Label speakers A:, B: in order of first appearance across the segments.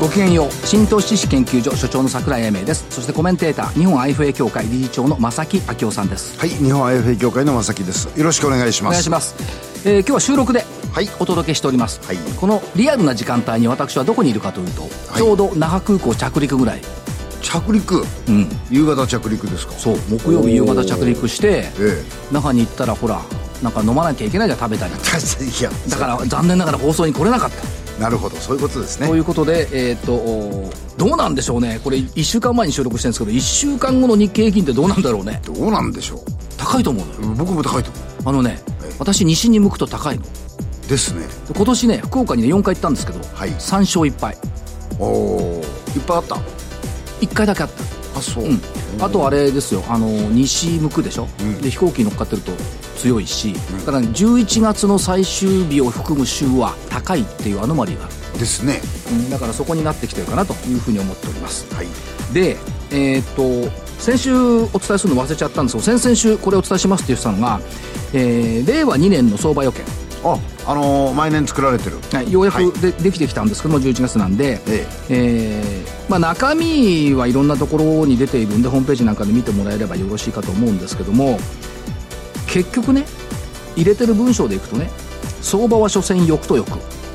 A: ごきげんよう新投資知識研究所所長の桜井英明ですそしてコメンテーター日本 IFA 協会理事長の正木昭夫さんです
B: はい、日本 IFA 協会の正木です。よろしくお願いし
A: お
B: ます。
A: 願いします、えー今日は収録で
B: はい
A: お届けしております、
B: はい
A: このリアルな時間帯に私はどこにいるかというと、
B: い
A: ちょうど那覇空港着陸ぐらい
B: 着陸、
A: ん
B: 夕方着陸ですか。
A: そう木曜日夕方着陸して、
B: え
A: 那覇に行ったらほらなんか飲まなきゃいけないじゃん食べたり
B: 確かにいや、
A: だから残念ながら放送に来れなかった
B: なるほど、そういうことですね
A: と。いうことで、えーっとおーどうなんでしょうねこれ1週間前に収録してるんですけど1週間後の日経平均ってどうなんだろうね
B: どうなんでしょ
A: 高いと思うのよ
B: う。僕も高いと思
A: あのね
B: はい
A: 私西に向くと高いの
B: う。ですね。
A: 今年ね福岡にね4回行ったんですけど、
B: はい
A: 3勝1敗
B: おお、いっぱいあった。
A: 1回だけあった
B: あ、そう。
A: うん、あとあれですよあの西向くでしょ、
B: ん
A: で飛行機に乗っかってると強いし、だから11月の最終日を含む週は高いっていうアノマリーがある、
B: ですね。
A: だからそこになってきてるかなというふうに思っております
B: はい。
A: でえーっと先週お伝えするの忘れちゃったんですけど先々週これお伝えしますって言ってたのが、えー令和2年の相場予見
B: あ、あのー毎年作られてる。
A: はい、ようや
B: はい
A: くで,、できてきたんですけども11月なんで、
B: え
A: えーまあ、中身はいろんなところに出ているんでホームページなんかで見てもらえればよろしいかと思うんですけども結局ね入れてる文章でいくとね相場は所詮欲と欲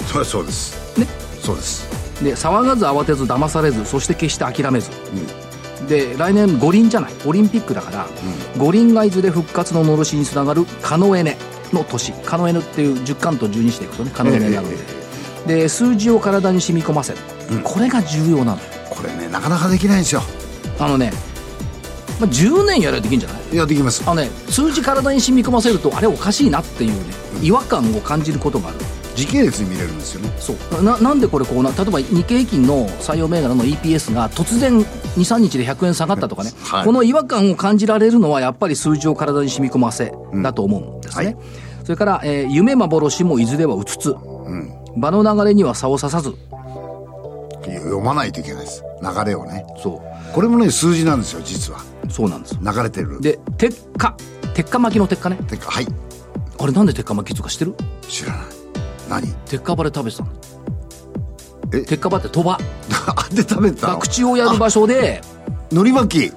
B: そそうです。
A: ね
B: そうです。
A: で騒がず慌てず騙されずそして決して諦めず
B: うん。
A: で来年五輪じゃないオリンピックだから、五輪がいずれ復活ののろしにつながるカノエネの年カノエネっていう10巻と12していくとねカノエネになるんで、で数字を体に染み込ませる、
B: うん
A: これが重要なのよ
B: これね、なかなかできないんですよ。
A: あのね、まあ、10年やればできるんじゃない
B: いや、できます。
A: あのね数字体に染み込ませるとあれおかしいなっていうね違和感を感じることがある
B: 時系列に見れるんですよね。
A: そうななんでこれこうな例えば日経平均の採用銘柄の EPS が突然23日で100円下がったとかね、
B: はい
A: この違和感を感じられるのはやっぱり数字を体に染み込ませだと思うんですね、
B: はい
A: それから、えー夢幻もいずれはうつつ
B: うん。
A: 場の流れには差を刺さず
B: 読まないといけないです。流れをね。
A: そ
B: これもね、数字なんですよ、実は。
A: うそうなんです
B: 流れてる。
A: で鉄火鉄火巻きの鉄火ね
B: てか、はい。
A: あれなんで鉄火巻きとか知ってる
B: 知らない何
A: 鉄火場で食べてたの
B: え
A: 鉄火場って鳥羽
B: あで食べてたの
A: 博打をやる場所で
B: 海苔巻き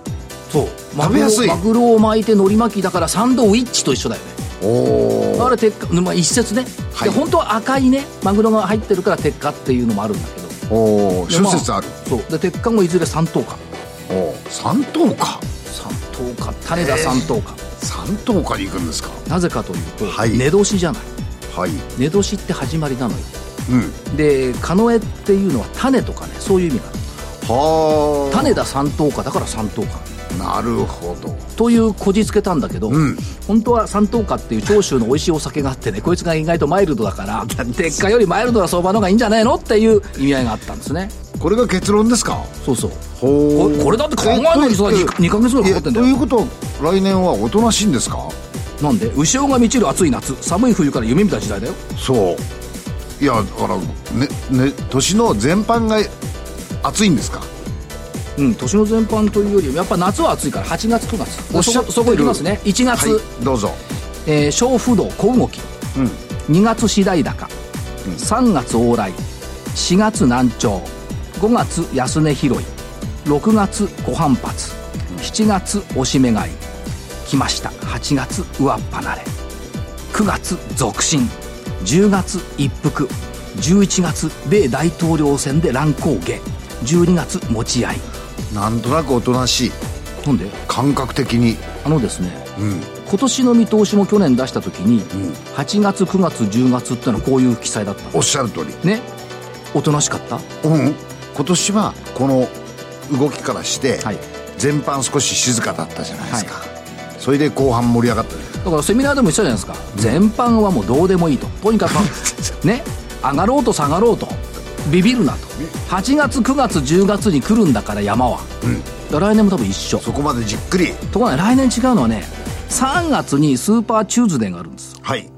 A: そうマ
B: 食
A: グ
B: べ
A: ロ
B: やすい
A: マグロを巻いて海苔巻きだからサンドウィッチと一緒だよね
B: お
A: あ
B: お
A: れ鉄火、まあ、一説ね、
B: はい
A: で本当は赤いねマグロが入ってるから鉄火っていうのもあるんだけど
B: おお
A: で
B: 諸
A: ま
B: 説ある、
A: そうで鉄火もいずれ三等価
B: おお三等か
A: 三等価種田三等価、
B: 三等かに行くんですか
A: なぜかというと、
B: はい
A: 寝年じゃない
B: はい
A: 寝年って始まりなのよ
B: うん
A: でカノエっていうのは種とかねそういう意味がある
B: はあ
A: 種田三等価だから三等価
B: なるほど
A: というこじつけたんだけど、
B: うん
A: 本当は三等価っていう長州の美味しいお酒があってねこいつが意外とマイルドだから鉄火よりマイルドな相場の方がいいんじゃないのっていう意味合いがあったんですね
B: これが結論ですか
A: そうそう
B: ほ
A: ここれだって考えないにさに二ヶ月ぐらいかかってんだよ
B: ということは来年はおとなしいんですか
A: なんで潮が満ちる暑い夏寒い冬から夢見た時代だよ
B: そういやだからねね年の全般が暑いんですか
A: うん年の全般というよりもやっぱ夏は暑いから8月9月
B: おっし
A: そ
B: ゃって
A: こ
B: る
A: そこ行きますね1
B: は
A: 月、
B: いどうぞ
A: えー小不動小動き
B: うん
A: 2月次第高、3月往来4月難聴5月安値拾い6月ご反発7月押し目買い来ました8月上っ離れ9月続進10月一服11月米大統領選で乱高下12月持ち合い
B: なんとなくおとなしい
A: なんで
B: 感覚的に
A: あのですね
B: うん
A: 今年の見通しも去年出した時に、
B: うん
A: 8月9月10月ってのはこういう記載だったの
B: おっしゃる通り
A: ねおとなしかった
B: うん今年はこの動きからして、
A: はい
B: 全般少し静かだったじゃないですか、それで後半盛り上がったじゃない
A: だからセミナーでも言ってたじゃないですか全般はもうどうでもいいととにか くね上がろうと下がろうとビビるなと8月9月10月に来るんだから山は、だから来年も多分一緒
B: そこまでじっくり
A: ところがね来年違うのはね3月にスーパーチューズデーがあるんです
B: はい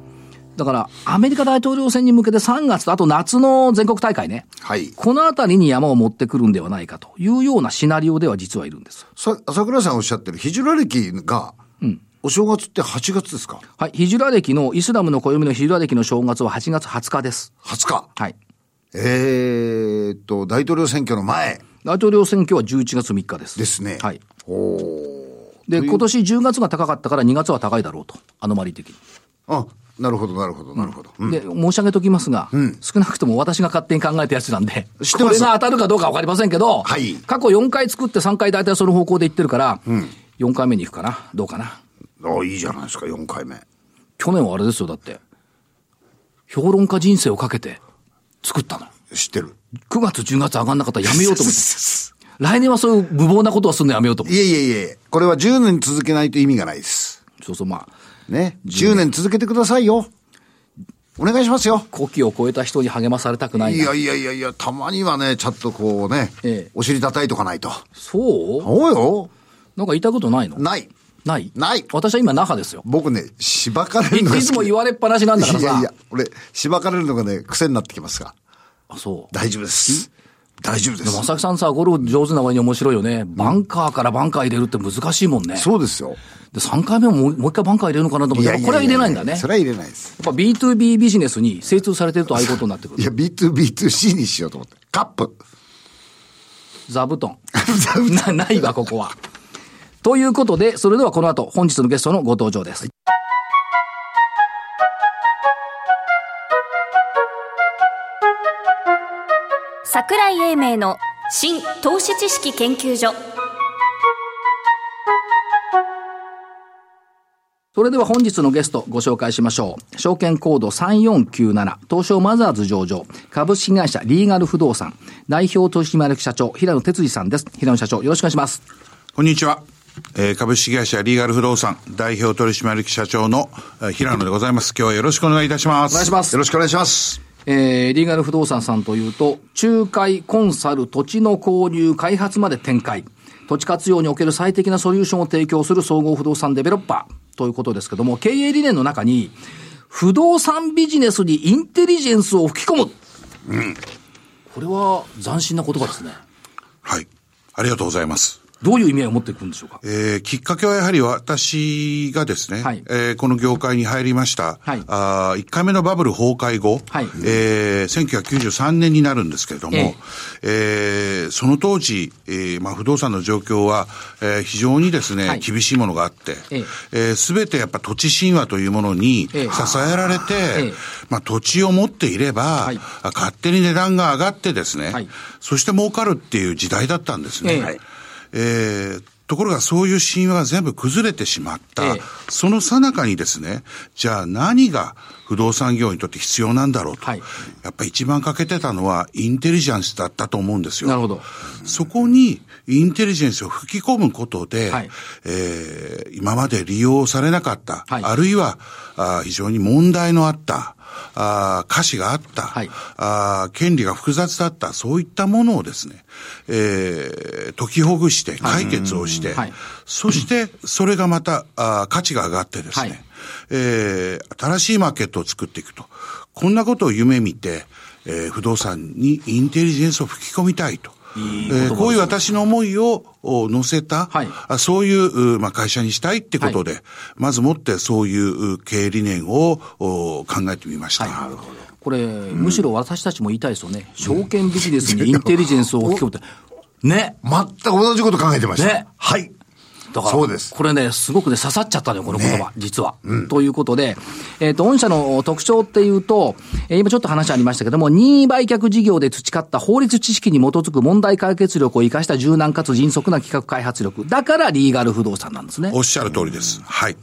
A: だから、アメリカ大統領選に向けて3月と、あと夏の全国大会ね。
B: はい。
A: このあたりに山を持ってくるんではないかというようなシナリオでは実はいるんです。
B: さ、朝倉さんおっしゃってる、ヒジュラ歴が、お正月って8月ですか
A: はい。ヒジュラ歴の、イスラムの暦のヒジュラ歴の正月は8月20日です。
B: ?20 日。
A: はい。
B: えーっと、大統領選挙の前
A: 大統領選挙は11月3日です。
B: ですね。
A: はい。
B: おー
A: で、今年10月が高かったから2月は高いだろうと。アノマリー的に。
B: あ、なるほど、なるほど、なるほど。うん
A: で、申し上げときますが、少なくとも私が勝手に考えたやつなんで、
B: 知ってます
A: これが当たるかどうかわかりませんけど、
B: はい
A: 過去4回作って3回大体その方向でいってるから、4回目に行くかな。どうかな。
B: あ、いいじゃないですか、4回目。
A: 去年はあれですよ、だって。評論家人生をかけて作ったの。
B: 知ってる。
A: 9月、10月上がんなかったらやめようと 思って。来年はそういう無謀なことはするのやめようと思っ
B: いえいえいえ、これは10年続けないと意味がないです。
A: て。そうそう、まあ、
B: ね。10年続けてくださいよ。お願いしますよ。
A: 古希を超えた人に励まされたくない
B: い
A: な。
B: やいやいやいや、たまにはね、ちゃんとこうね、
A: ええ
B: お尻叩いとかないと。
A: そう
B: そうよ。
A: なんか言いたいことないの
B: ない。
A: ない
B: ない
A: 私は今那覇ですよ。
B: 僕ね、しばかれ
A: い
B: るのが好き
A: つも言われっぱなしなんだから
B: い
A: さ。
B: やいや、俺、しばかれるのがね、癖になってきますが。
A: あ、そう。
B: 大丈夫です。大丈夫で
A: でも、
B: す。
A: 浅木さんさ、ゴルフ上手な割に面白いよね。バンカーからバンカー入れるって難しいもんね。
B: そうですよ。
A: で、3回目ももうもう一回バンカー入れるのかなと思って、やっぱこれは入れないんだね。やっ
B: それは入れないです。
A: ぱ B2B ビジネスに精通されてるとああいうことになってく
B: い
A: る。
B: や、B2B2C にしようと思って。カップ。
A: 座布団。なないわ、ここは。ということで、それではこの後、本日のゲストのご登場です。
C: 桜井英明の新投資知識研究所
A: それでは本日のゲストご紹介しましょう。証券コード3497、東証マザーズ上場、株式会社リーガル不動産、代表取締役社長、平野哲司さんです。平野社長、よろしくお願いします。
D: こんにちは。えー株式会社リーガル不動産代表取締役社長のえー平野でございます。今日はよろしくお願いいたします。
A: お願いします
B: よろしくお願いします。
A: えー、リーガル不動産さんというと、仲介、コンサル、土地の購入、開発まで展開。土地活用における最適なソリューションを提供する総合不動産デベロッパーということですけども、経営理念の中に、不動産ビジネスにインテリジェンスを吹き込む。これは斬新な言葉ですね。
D: はい。ありがとうございます。
A: どういう意味合いを持っていくんでしょうか。
D: えーきっかけはやはり私がですね、
A: はい
D: えーこの業界に入りました、
A: はい
D: あ1回目のバブル崩壊後、
A: はい
D: えー1993年になるんですけれども、
A: え
D: えーその当時、えーまあ、不動産の状況は、えー非常にですね、
A: はい
D: 厳しいものがあって、
A: ええ
D: えー全てやっぱ土地神話というものに支
A: ええ
D: えられて、
A: え
D: まあ、土地を持っていれば、
A: はい
D: あ勝手に値段が上がってですね、
A: はい
D: そして儲かるっていう時代だったんですね。
A: ええ
D: はいえーところがそういう神話が全部崩れてしまった、
A: ええ
D: その最中にですね、じゃあ何が不動産業にとって必要なんだろうと、
A: はい
D: やっぱり一番欠けてたのはインテリジェンスだったと思うんですよ。
A: なるほど。
D: そこにインテリジェンスを吹き込むことで、
A: はい
D: えー今まで利用されなかった、
A: はい
D: あるいはあー非常に問題のあった、あー価値があった、
A: はい
D: あー権利が複雑だった、そういったものをですね、えー解きほぐして、解決をして、
A: はい
D: そしてそれがまたあー価値が上がってですね、
A: はい
D: えー新しいマーケットを作っていくと。こんなことを夢見て、えー不動産にインテリジェンスを吹き込みたいと。
A: いい言葉
D: え
A: で
D: ー
A: すね
D: こういう私の思いをお乗せた、
A: はい
D: あそういう、うまあ、会社にしたいってことで、まずもってそういうう経営理念をお考えてみました。
A: これ、むしろ私たちも言いたいですよね。証券ビジネスにインテリジェンスを吹き込むって。ね。
B: 全く同じこと考えてました。
A: ね
B: はい。
A: だから
B: そうです
A: これね、すごくね、刺さっちゃったのよ、この言葉、実は、ということで、えっ、と、御社の特徴っていうと、えー今ちょっと話ありましたけども、任意売却事業で培った法律知識に基づく問題解決力を生かした柔軟かつ迅速な企画開発力。だから、リーガル不動産なんですね
D: お。っしゃる通りです。はい。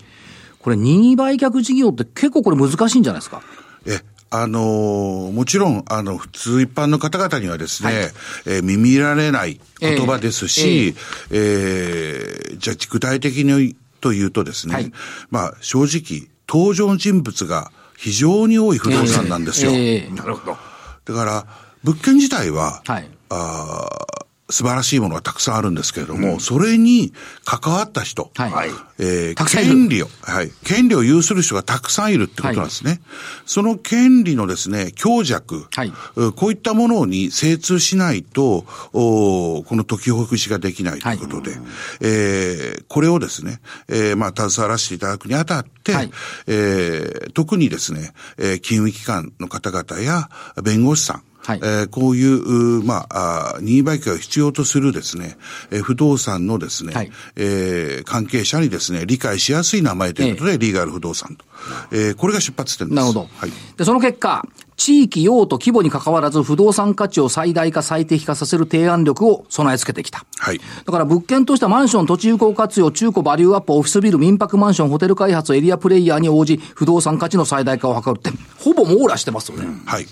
A: これ、任意売却事業って結構これ難しいんじゃないですか。
D: えあのーもちろん、あの、普通一般の方々にはです
A: は
D: ね、
A: い
D: えー耳入られない言葉ですし、えーじゃあ具体的にというとですね、
A: はい
D: まあ正直、登場人物が非常に多い不動産なんですよ。
A: えーえー
B: なるほど。
D: だから、物件自体は、
A: はい
D: あー素晴らしいものがたくさんあるんですけれども、それに関わった人、
A: はい
B: はい
D: えー
A: たくさんいる
D: 権利を、はい、権利を有する人がたくさんいるってことなんですね。その権利のですね、強弱、
A: はいう
D: こういったものに精通しないと、おーこの解きほぐしができないということで、えーこれをですね、えーまあ、携わらせていただくにあたって、
A: はい
D: えー特にですね、えー金融機関の方々や弁護士さん、
A: はい
D: えーこういう、うーまあ、あー任意売買を必要とするですね、えー不動産のですね、
A: はい
D: えー関係者にですね、理解しやすい名前ということで、リーガル不動産と。えーこれが出発点です。
A: なるほど。
D: はい。
A: で、その結果、地域用途規模に関わらず不動産価値を最大化最適化させる提案力を備え付けてきた。
D: はい。
A: だから物件としたマンション、土地有効活用、中古バリューアップ、オフィスビル、民泊マンション、ホテル開発、エリアプレイヤーに応じ、不動産価値の最大化を図るって、ほぼ網羅してますよね。
D: はい。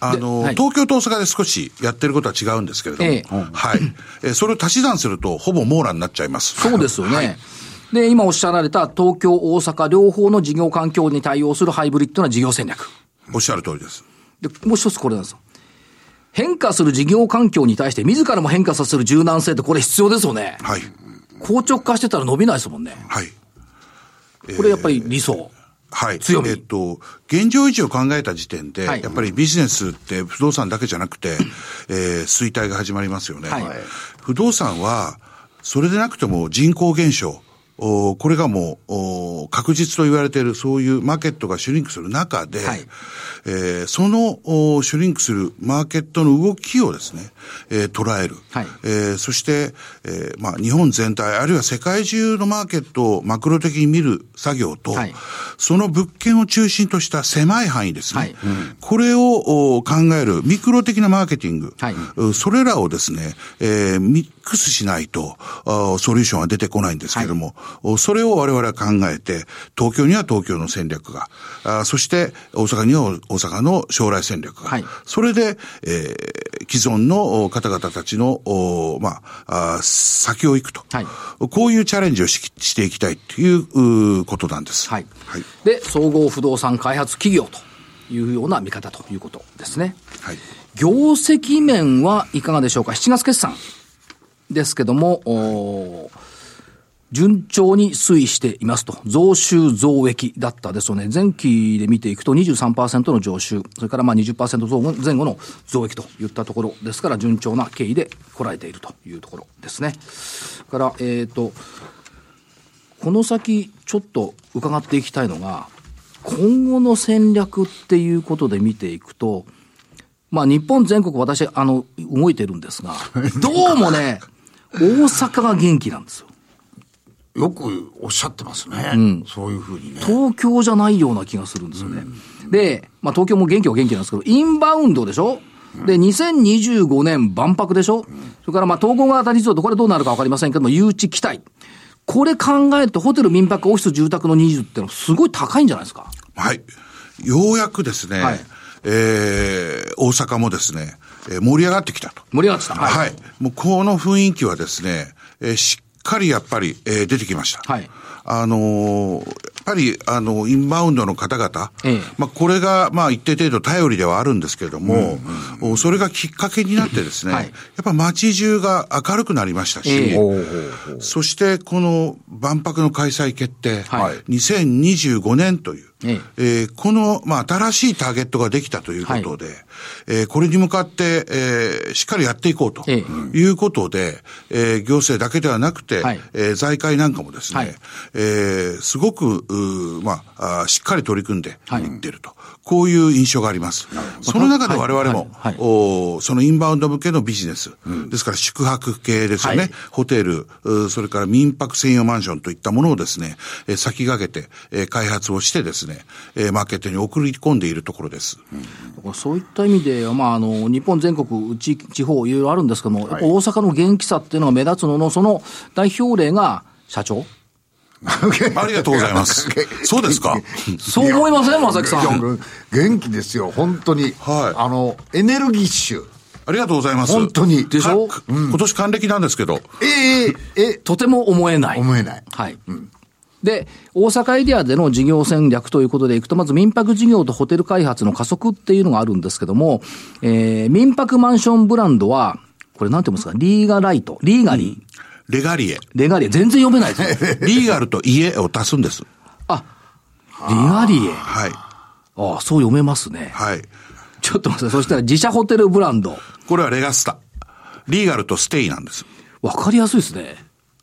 D: あの、
A: はい
D: 東京と大阪で少しやってることは違うんですけれども、
A: ええ
D: はい。えーそれを足し算すると、ほぼ網羅になっちゃいます。
A: そうですよね。で、今おっしゃられた東京、大阪両方の事業環境に対応するハイブリッドな事業戦略。
D: おっしゃる通りです。
A: で、もう一つこれなんですよ。変化する事業環境に対して自らも変化させる柔軟性ってこれ必要ですよね。
D: はい。
A: 硬直化してたら伸びないですもんね。
D: はい。
A: これやっぱり理想。
D: はい。
A: 強み
D: えっと、現状維持を考えた時点で、
A: はい
D: やっぱりビジネスって不動産だけじゃなくて、えー衰退が始まりますよね。
A: はい
D: 不動産は、それでなくても人口減少、おーこれがもう、おー確実と言われている、そういうマーケットがシュリンクする中で、
A: はい
D: えーそのおーシュリンクするマーケットの動きをですね、えー捉える、
A: はい
D: えーそして、えーまあ、日本全体、あるいは世界中のマーケットをマクロ的に見る作業と、
A: はい
D: その物件を中心とした狭い範囲ですね。
A: はい
D: これをお考えるミクロ的なマーケティング。
A: はい
D: うんそれらをですね、えーミックスしないと、あソリューションは出てこないんですけれども、おそれを我々は考えて、東京には東京の戦略が、あそして大阪には大阪の将来戦略が、
A: はい
D: それで、えー既存のお方々たちの、おまああ、先を行くと、
A: はい
D: こういうチャレンジをししていきたいといううことなんです。
A: はい。
D: はい。
A: で、総合不動産開発企業というような見方ということですね。
D: はい
A: 業績面はいかがでしょうか ?7 月決算ですけども、おー順調に推移していますと。増収増益だったですよね。前期で見ていくと23%の上収、それからまあ20%増前後の増益といったところですから、順調な経緯でこらえているというところですね。それから、えっ、と、この先ちょっと伺っていきたいのが今後の戦略っていうことで見ていくとまあ日本全国私あの動いてるん ですがどうもね大阪が元気なんですよ
B: よくおっしゃってますね。そういうふうにね。
A: 東京じゃないような気がするんですよね。で、まあ、東京も元気は元気なんですけど、インバウンドでしょで、2025年万博でしょそれから、まあ、統合型リゾート、これどうなるかわかりませんけども、誘致期待。これ考えると、ホテル、民泊、オフィス、住宅の20ってのはすごい高いんじゃないですか。
D: はい。ようやくですね、
A: はい
D: えー大阪もですね、えー盛り上がってきたと。
A: 盛り上がってきた。
D: はい。もうこの雰囲気はですね、えーしっかりやっぱり、えー出てきました。
A: はい
D: あのーやっぱり、あのインバウンドの方々、
A: ええ
D: まあ、これが、まあ、一定程度頼りではあるんですけれども、おそれがきっかけになってですね、
A: はい
D: やっぱ街中が明るくなりましたし、
A: ええ
D: そして、この万博の開催決定、
A: はい
D: 2025年という、
A: え
D: えーこの、まあ、新しいターゲットができたということで、えーこれに向かって、えーしっかりやっていこうと
A: ええ
D: いうことで、えー行政だけではなくて、
A: はい
D: えー財界なんかもですね、
A: はい
D: えーすごく、うーまあ、あーしっかり取り組んで
A: はい
D: いってると、こういう印象があります。その中で我々も、
A: はいはいはい
D: おーそのインバウンド向けのビジネス、ですから宿泊系ですよね、
A: はい
D: ホテル、うーそれから民泊専用マンションといったものをですね、えー先駆けて、えー開発をしてですね、えーマーケットに送り込んでいるところ です。
A: だからそういった意味で、まあ、あの日本全国、地地方、いろいろあるんですけども、やっぱ大阪の元気さっていうのが目立つのの、その代表例が社長、
D: ありがとうござ います。そうですか
A: そう思いません、正木さ
B: いや
A: ん。
B: 元気ですよ、本当に。
D: はい
B: あの、エネルギッシュ。
D: ありがとうございます。
B: 本当に。
A: でしょ
D: か今年還暦なんですけど、
B: ええええ
A: とても思えない。
B: 思えない。
A: はい。で、大阪エリアでの事業戦略ということでいくと、まず民泊事業とホテル開発の加速っていうのがあるんですけども、えー民泊マンションブランドは、これなんて言うんですかリーガライト、リーガリー、
D: レ ガリエ。
A: レガリエ、全然読めない ですよ。
D: リーガルと家を足すんです。
A: あ、リガリエ。
D: はい。
A: ああ、そう読めますね。
D: はい。
A: ちょっと待って、そしたら自社ホテルブランド。
D: これはレガスタ。リーガルとステイなんです。
A: わかりやすいですね。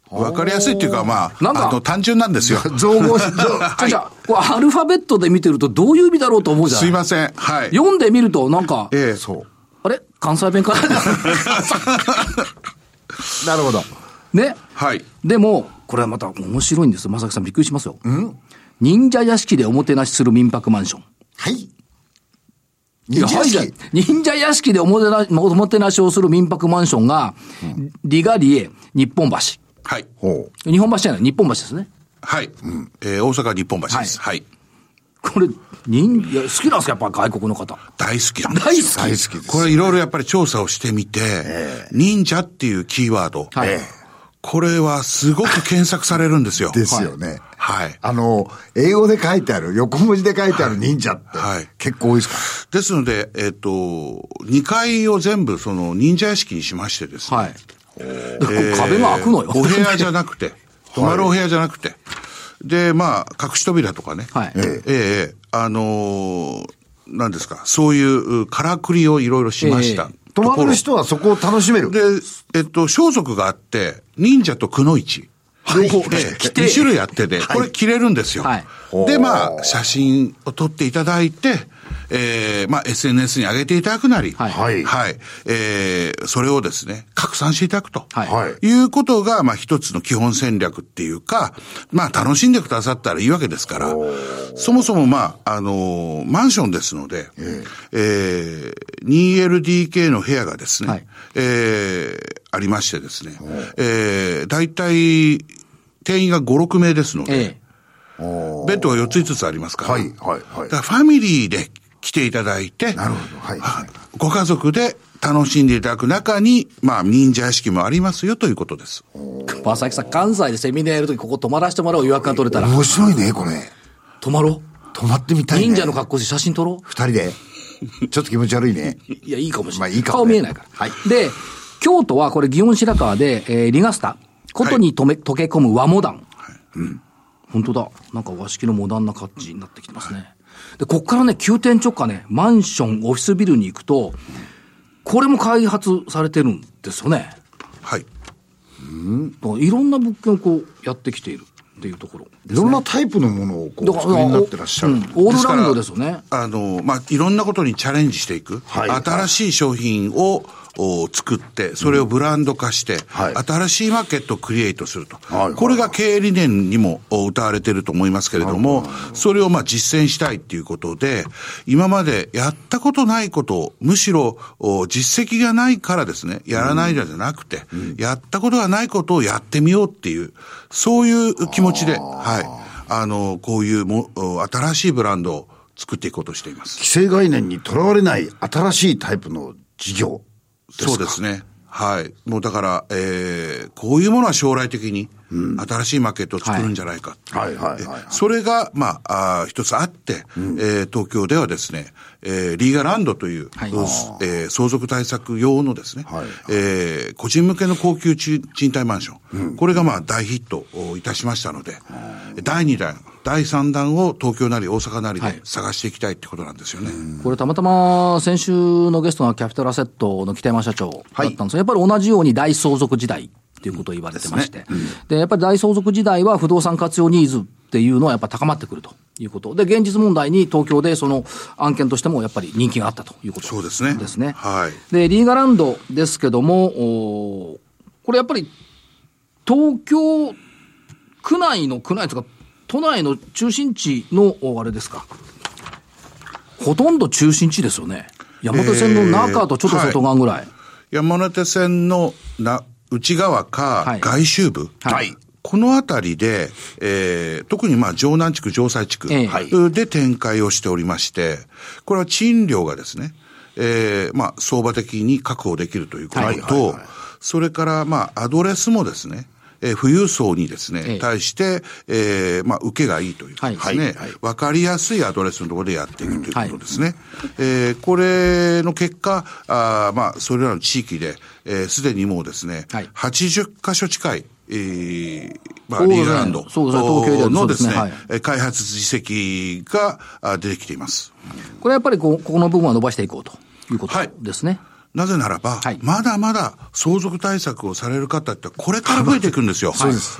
D: わかりやすいっていうか、まあ、
A: なんだ
D: あの、単純なんですよ。
B: 造語 し、
A: じゃあじゃあ、これアルファベットで見てるとどういう意味だろうと思うじゃ
D: す
A: ない
D: い
A: で
D: ません。はい。
A: 読んでみるとなんか、
D: ええ
B: そう。
A: あれ関西弁か
B: なるほど。
A: ね。
D: はい。
A: でも、これはまた面白いんですよ。まさきさんびっくりしますよ。忍者屋敷でおもてなしする民泊マンション。
B: はい。
A: いや
B: 忍者屋敷
A: はいじゃあ忍者屋敷でおもてなおもてなしをする民泊マンションが、リガリエ、日本橋。
D: はい。
B: ほう。
A: 日本橋じゃない、日本橋ですね。
D: はい。えー大阪日本橋です。はい。
A: これ、忍いや好きなんですか、やっぱ外国の方。
D: 大好きなんです
A: 大好き。
B: 大好きです。
D: これいろいろやっぱり調査をしてみて、忍者っていうキーワード、
A: はい
B: え
D: これはすごく検索されるんですよ。
B: えですよね。
D: はい。
B: あの、英語で書いてある、横文字で書いてある忍者って、
D: はい
B: 結構多いですから。
D: ですので、えっ、と、2階を全部その忍者屋敷にしましてですね。
A: はい。だから 壁が開くのよ。
D: お部屋じゃな くて、泊まるお部屋じゃなくて。で、まあ、隠し扉とかね。
A: はい
D: ええええあのーなんですか、そういうからくりをいろいろしました。
A: え
B: 泊まる人はそこを楽しめる。
D: で、えっと、装束があって、忍者とくのいち。両方、ええ、
A: て
D: 2種類あってで、これ着れるんですよ。
A: はい
D: で、まあ、写真を撮っていただいて、えー、まあ、SNS に上げていただくなり、
A: はい
B: はい
D: えー、それをですね、拡散していただくと。。
A: はい
B: はい
D: うことが、まあ、一つの基本戦略っていうか、まあ、楽しんでくださったらいいわけですから、そもそも、まあ、あのーマンションですので、えー、2LDK の部屋がですね、
A: はい
D: えー、ありましてですね、えー、大体、定員が5、6名ですので、
A: ええ。
D: ベッドが4つ5つありますから。
B: はい、はい、は
D: だ
B: い
D: か。らファミリーで来ていただいて、
B: なるほど。はい。
D: ご家族で楽しんでいただく中に、まあ、忍者屋敷もありますよということです。
A: まさきさん、関西でセミナーやるとき、ここ泊まらせてもらおう、予約が取れたら。
B: 面白いね、これ。
A: 泊まろ
B: 泊まってみ
A: う。
B: たいね。
A: 忍者の格好して写真撮ろ
B: 二人で。ちょっと気持ち悪い ね。
A: う。いや、いいかもしれない。
B: まあいいか
A: 顔
B: もね
A: 見えないから。
B: はい
A: で、京都はこれ、祇園白川で、えーリガスタ、ことにとめ、溶け込む和モダン。うん。本当だ。なんか和式のモダンな感じになってきてますね。で、こっからね、急転直下ね、マンション、オフィスビルに行くと、これも開発されてるんですよね。
D: はい。
A: だからいろんな物件をこう、やってきているっていうところ。
B: いろんなタイプのものをこう、
A: だ
B: お
A: から
B: 作りになってらっしゃる
A: うん。オールラウンドですよね。
D: あの、まあ、いろんなことにチャレンジしていく。
B: はい
D: 新しい商品を、お作って、それをブランド化して、
B: はい
D: 新しいマーケットをクリエイトすると。
B: はいはい
D: これが経営理念にもお歌われてると思いますけれども、それをまあ実践したいっていうことで、今までやったことないことを、むしろお実績がないからですね、やらないのじゃなくて、やったことがないことをやってみようっていう、そういう気持ちで、はい。あの、こういうもお新しいブランドを作っていこうとしています。
B: 既成概念にとらわれない新しいタイプの事業ですか
D: そうですね。はい。もうだから、えーこういうものは将来的に、新しいマーケットを作るんじゃないか、
B: はいはいはい。
D: それが、まあ、あー一つあって、えー東京ではですね、えーリーガランドという、
A: はい
D: えー相続対策用のですね、
B: はい
D: えー個人向けの高級賃賃貸マンション、これがまあ大ヒットをいたしましたので、第2弾、第3弾を東京なり大阪なり
A: はい
D: で探していきたいってことなんですよね。
A: これたまたま先週のゲストがキャピタルアセットの北山社長だったんですが、やっぱり同じように大相続時代っていうことを言われてまして、でやっぱり大相続時代は不動産活用ニーズっていうのはやっぱ高まってくるということで現実問題に東京でその案件としてもやっぱり人気があったということ
D: そうですね
A: ですね
D: はい
A: でリーガランドですけどもおーこれやっぱり東京区内の区内というか都内の中心地のおあれですかほとんど中心地ですよね山手線の中とちょっと外側ぐらい、
D: 山手線のな内側
A: は
D: か
A: い
D: 外周部、
A: はい
D: この辺りで、えー特にまあ城南地区、城西地区
A: ええ
B: はい
D: で展開をしておりまして、これは賃料がですね、えーまあ相場的に確保できるということと、
B: はいはいはい
D: それからまあアドレスもですね、えー富裕層にですね、
A: ええ
D: 対して、えーまあ、受けがいいというか
A: はい
D: ですね、
A: はい
D: わかりやすいアドレスのところでやっていくということですね。えーこれの結果、あーまあ、それらの地域で、えーすでにもうですね、
A: はい
D: 80カ所近い、えーまあ、
A: そうで
D: リ
A: すね
D: ーランド
A: そうですね東京ではそ
D: の
A: う
D: で
A: です
D: す
A: ね
D: ね、
A: はい
D: えー開発実績があ出てきています。
A: これはやっぱりこここの部分は伸ばしていこうということ
D: はい
A: ですね。
D: なぜならば、
A: はい
D: まだまだ相続対策をされる方ってこれから増えていくんですよ。そうです。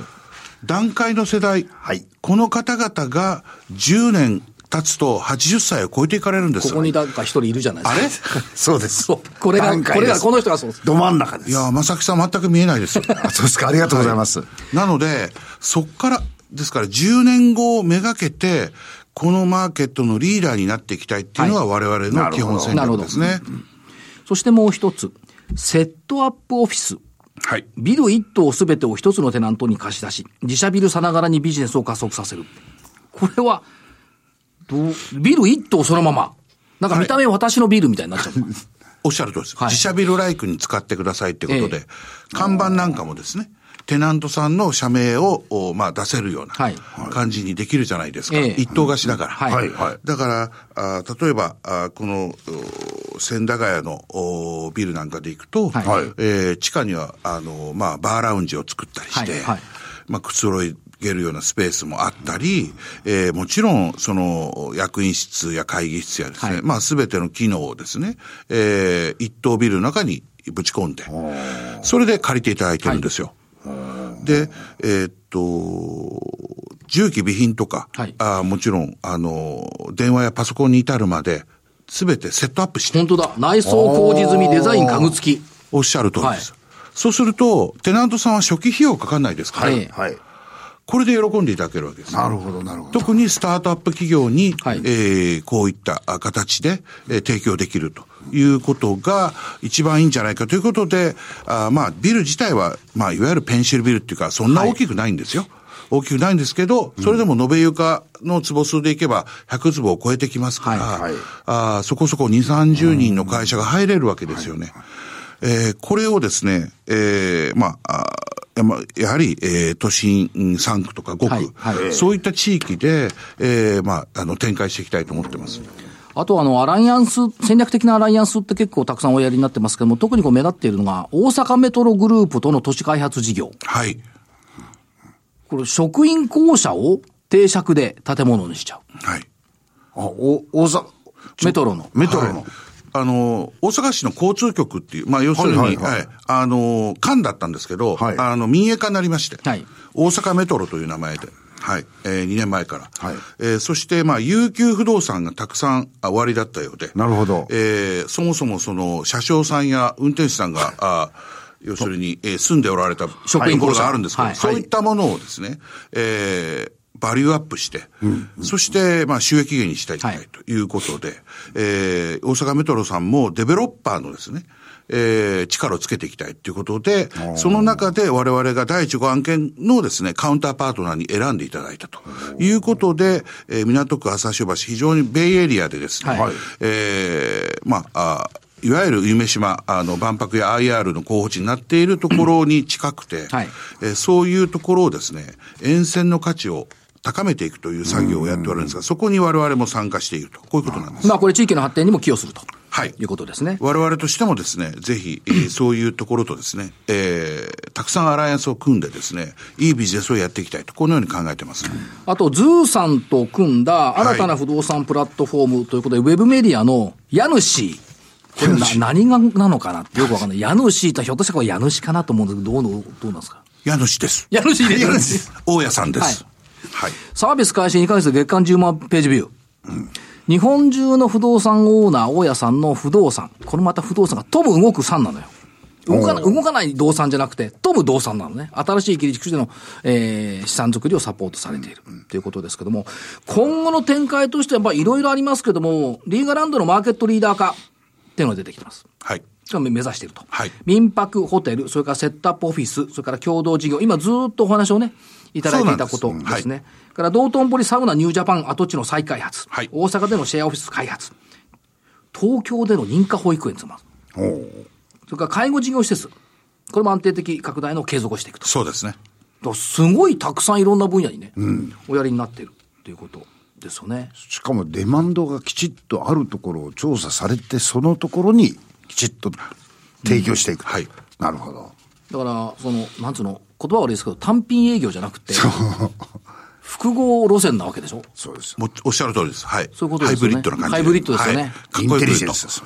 D: 段階の世代、
B: はい
D: この方々が10年経つと80歳を超えていかれるんで
A: こ
D: すよ。
A: こにだから一人いるじゃないです
D: あ
A: か。
D: れ
B: そうです。
A: そうこれが
B: 段階です
A: これがこの人がそうです
B: ど真ん中です。
D: いや、正木さん全く見えないですよ。
B: あそうですか。ありがとうございます。
D: なので、そっから、ですから10年後をめがけて、このマーケットのリーダーになっていきたいっていうのは我々の基本戦略です
A: な
D: ね。
A: そしてもう一つ、セットアップオフィス。
D: はい。
A: ビル一棟すべてを一つのテナントに貸し出し、自社ビルさながらにビジネスを加速させる。これは、どうビル一棟そのまま。なんか見た目私のビルみたいになっちゃう。
D: おっしゃる通りです。
A: はい
D: 自社ビルライクに使ってくださいってことで、
A: え
D: 看板なんかもですね、テナントさんの社名を、おまあ、出せるような
A: はい
D: 感じにできるじゃないですか。
A: ええ
D: 一棟貸しだから。
A: はいはい
B: はい
D: だから、あー例えば、あーこの、お千駄ヶ谷のおビルなんかで行くと、
A: はい
B: はい
D: えー地下には、あの、まあ、バーラウンジを作ったりして、
A: はいはい
D: まあ、くつろいげるようなスペースもあったり、えーもちろん、その、役員室や会議室やですね、
A: はい
D: まあ、すべての機能をですね、えー一棟ビルの中にぶち込んで、それで借りていただいてるんですよ。で、えーっと、重機備品とか、
A: はい
D: あーもちろん、あの、電話やパソコンに至るまで、すべてセットアップして
A: 本当だ。内装工事済みデザイン家具付き。
D: おっしゃる通りです。そうすると、テナントさんは初期費用かかんないですから、
A: ええ
B: はい。
D: これで喜んでいただけるわけですね、
B: なるほど、なるほど。
D: 特にスタートアップ企業に、
A: はい
D: えーこういったあ形で、えー提供できるということが一番いいんじゃないかということで、あーまあ、ビル自体は、まあ、いわゆるペンシルビルっていうか、そんな大きくないんですよ。大きくないんですけど、それでも延べ床の坪数でいけば100坪を超えてきますから、
A: はい
B: はい
D: あーそこそこ2、30人の会社が入れるわけですよね。えーこれをですね、えーまあ、あーやまやはり、えー都心3区とか5区、
A: はいはい
D: そういった地域で、えーまあ、あの、展開していきたいと思ってます。
A: あとあの、アライアンス、戦略的なアライアンスって結構たくさんおやりになってますけども、特にこう目立っているのが、大阪メトログループとの都市開発事業。
D: はい。
A: これ、職員校舎を定借で建物にしちゃう。
D: はい。
B: あ、お、大阪、
A: メトロの。
B: メトロの。
D: あの、大阪市の交通局っていう、まあ、要するに、は
B: はいいはいはい
D: あの、官だったんですけど、
B: はい
D: あの、民営化になりまして、
A: はい
D: 大阪メトロという名前で、はい、えー、2年前から。
B: はい
D: えーそして、まあ、有給不動産がたくさんあ終わりだったようで、
B: なるほど
D: えーそもそもその、車掌さんや運転手さんが、あ要するに、えー住んでおられた
A: 職員
D: ところ
A: 公社
D: があるんですけど、
A: はい
D: そういったものをですね、えーバリューアップして、そして、まあ、収益源にしていきたいということで、えー大阪メトロさんもデベロッパーのですね、えー力をつけていきたいということで、その中で我々が第一号案件のですね、カウンターパートナーに選んでいただいたということで、えー港区朝潮橋、非常にベイエリアでですね、
A: はい
D: えーまあ、あいわゆる夢島、あの、万博や IR の候補地になっているところに近くて、
A: はい
D: えーそういうところをですね、沿線の価値を高めていくという作業をやっておられるんですが、そこに我々も参加していると。こういうことなんです。
A: まあこれ地域の発展にも寄与すると。
D: はい
A: いうことですね。
D: 我々としてもですね、ぜひ、え ーそういうところとですね、えーたくさんアライアンスを組んでですね、いいビジネスをやっていきたいと、このように考えてます。
A: あと、ズーさんと組んだ新たな不動産プラットフォームということで、ウェブメディアの家主。これな何がなのかなってよくわかんない。家主とひょっとしたらこれ家主かなと思うんですけど、どうの、どうなんですか
D: 家主です。
A: 家主です
D: 家主大家さんです。はい。
A: サービス開始2ヶ月で月間10万ページビュー。日本中の不動産オーナー、大家さんの不動産。これまた不動産が飛ぶ動く3なのよ。動かな動かない動産じゃなくて、飛ぶ動産なのね。新しい切り口での、えー資産作りをサポートされているということですけども、今後の展開としては、まあいろいろありますけども、リーガランドのマーケットリーダー化っていうのが出てきてます。
D: はい。
A: が目指していると、
D: はい
A: 民泊、ホテル、それからセットアップオフィス、それから共同事業、今ずーっとお話をね、いただいていたこと
D: そうなん
A: で
D: です
A: すね。から道頓堀サウナニュージャパン跡地の再開発、
D: はい
A: 大阪でのシェアオフィス開発、東京での認可保育園つまそれから介護事業施設、これも安定的拡大の継続をしていくと。
D: そうですね。
A: らすごいたくさんいろんな分野にね、おやりになってるっていうことですよね。
B: しかもデマンドがきちっとあるところを調査されて、そのところにきちっと提供していく。はい。なるほど。
A: だから、その、なんつうの、言葉悪いですけど、単品営業じゃなくて、複合路線なわけでしょ
B: そうです。
D: もうおっしゃる通りです。はい。
A: そういうことですよね
D: ハイブリッドな感じで。
A: ハイブリッドですよね
D: はいかっ
B: イ
D: こ
B: ンテ
D: よく
B: リ
D: 言う
B: ジェ
D: と
B: ンスですよ。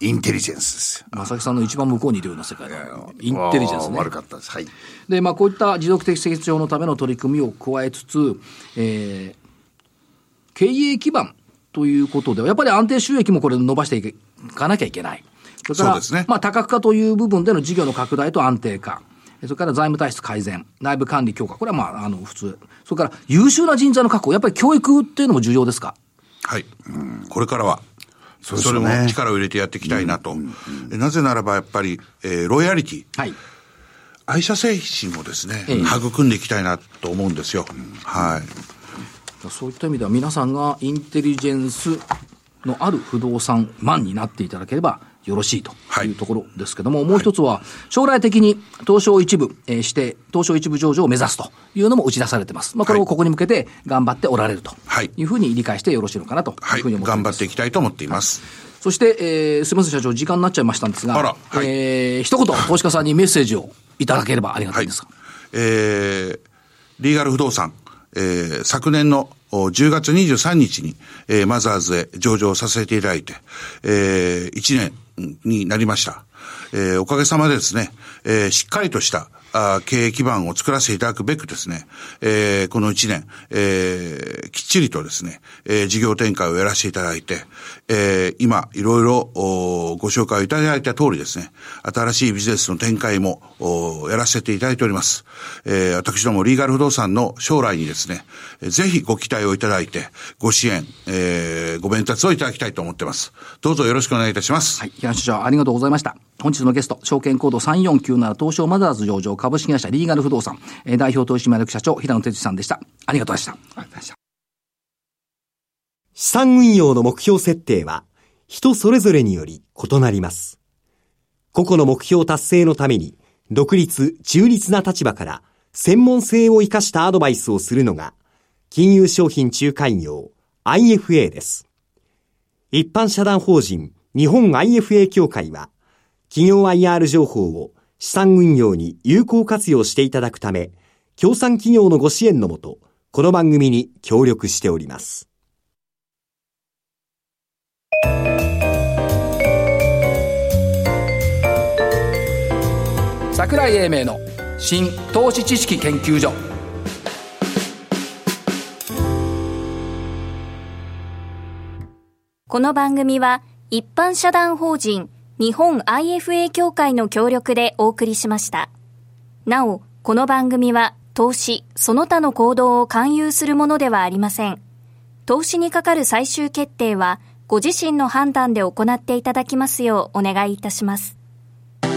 B: インテリジェンスですよ。
A: 正木さんの一番向こうにいるような世界のインテリジェンス
B: わ
A: ね
B: あ悪かったです。はい。
A: で、まあ、こういった持続的成長のための取り組みを加えつつ、えー経営基盤ということでは、やっぱり安定収益もこれ伸ばしていかなきゃいけない。それから、
D: そうですね
A: まあ、多角化という部分での事業の拡大と安定化。それから財務体質改善、内部管理強化、これはまあ、あの、普通。それから優秀な人材の確保、やっぱり教育っていうのも重要ですか
D: はい。これからは、
B: そ
D: そう
B: ですよ
D: れ
B: ね
D: も力を入れてやっていきたいなと。えなぜならばやっぱり、えーロイヤリティ、
A: はい。
D: 愛社精神をですね、
A: ええ
D: 育んでいきたいなと思うんですよ。はい。
A: そういった意味では皆さんがインテリジェンスのある不動産マンになっていただければよろしいと
D: はい
A: いうところですけども、もう一つは将来的に東証一部えーして東証一部上場を目指すというのも打ち出されてます。まあこれをここに向けて頑張っておられると
D: はい
A: いうふうに理解してよろしいのかなと
D: はい
A: う
D: い。
A: ふうに思ってい
D: 頑張
A: ま
D: っ
A: す。
D: ていきたいと思っています。
A: そして、えーすみません社長時間になっちゃいましたんですが、
D: あらはい
A: えー一言投資家さんにメッセージをいただければありがたいんですが、
D: えーリーガル不動産、えー昨年のお10月23日に、えーマザーズへ上場させていただいて、え1年うんになりました。えーおかげさまでですね、えーしっかりとしたあー経営基盤を作らせていただくべくですね、えーこの1年、えーきっちりとですね、えー事業展開をやらせていただいて、えー今、いろいろおご紹介をいただいた通りですね、新しいビジネスの展開もおやらせていただいております。えー私ども、リーガル不動産の将来にですね、えーぜひご期待をいただいて、ご支援、えーご鞭達をいただきたいと思ってます。どうぞよろしくお願いいたします。
A: はい、平野所長ありがとうございました。本日のゲスト、証券コード3497東証マザーズ上場株式会社リーガル不動産、えー代表取締役社長、平野哲司さんでした。ありがとうございました。
E: 資産運用の目標設定は人それぞれにより異なります。個々の目標達成のために独立、中立な立場から専門性を生かしたアドバイスをするのが金融商品仲介業 IFA です。一般社団法人日本 IFA 協会は企業 IR 情報を資産運用に有効活用していただくため、協賛企業のご支援のもと、この番組に協力しております。
A: 桜井英明の新投資知識研究所。
C: この番組は一般社団法人日本 IFA 協会の協力でお送りしました。なお、この番組は投資、その他の行動を勧誘するものではありません。投資にかかる最終決定はご自身の判断で行っていただきますようお願いいたします。
A: 面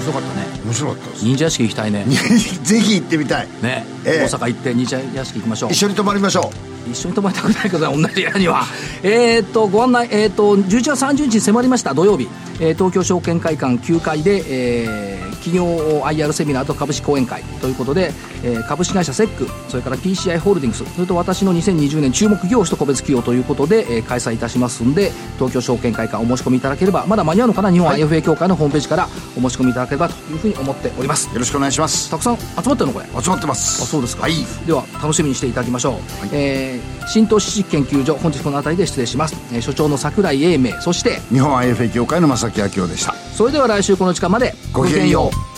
A: 白かったね。
B: 面白かったです。
A: 忍者屋敷行きたいね。
B: ぜひ行ってみたい。
A: ね、
B: ええ
A: 大阪行って忍者屋敷行きましょう
B: 一。緒に泊まりましょ
A: 一緒に泊まりたくないけどな同じ部屋にはえーっとご案内えーっと11月30日に迫りました土曜日、えー東京証券会館9階で、えー企業 IR セミナーと株式講演会ということで、えー株式会社セックそれから PCI ホールディングスそれと私の2020年注目業種と個別企業ということで、えー開催いたしますんで東京証券会館お申し込みいただければまだ間に合うのかな日本 IFA 協会のホームページからお申し込みいただければというふうに思っております
B: う。よろしくお願いします。
A: たくさん集まってるのこれ
B: 集まってます。
A: あそうですか、
B: はい。
A: では楽しみにしていただきましょう、えー新投資知識研究所本日この辺りで失礼します、えー所長の櫻井英明そして
B: 日本 IFA 協会の正木明夫でした。
A: それでは来週この時間まで
B: ごきげんよう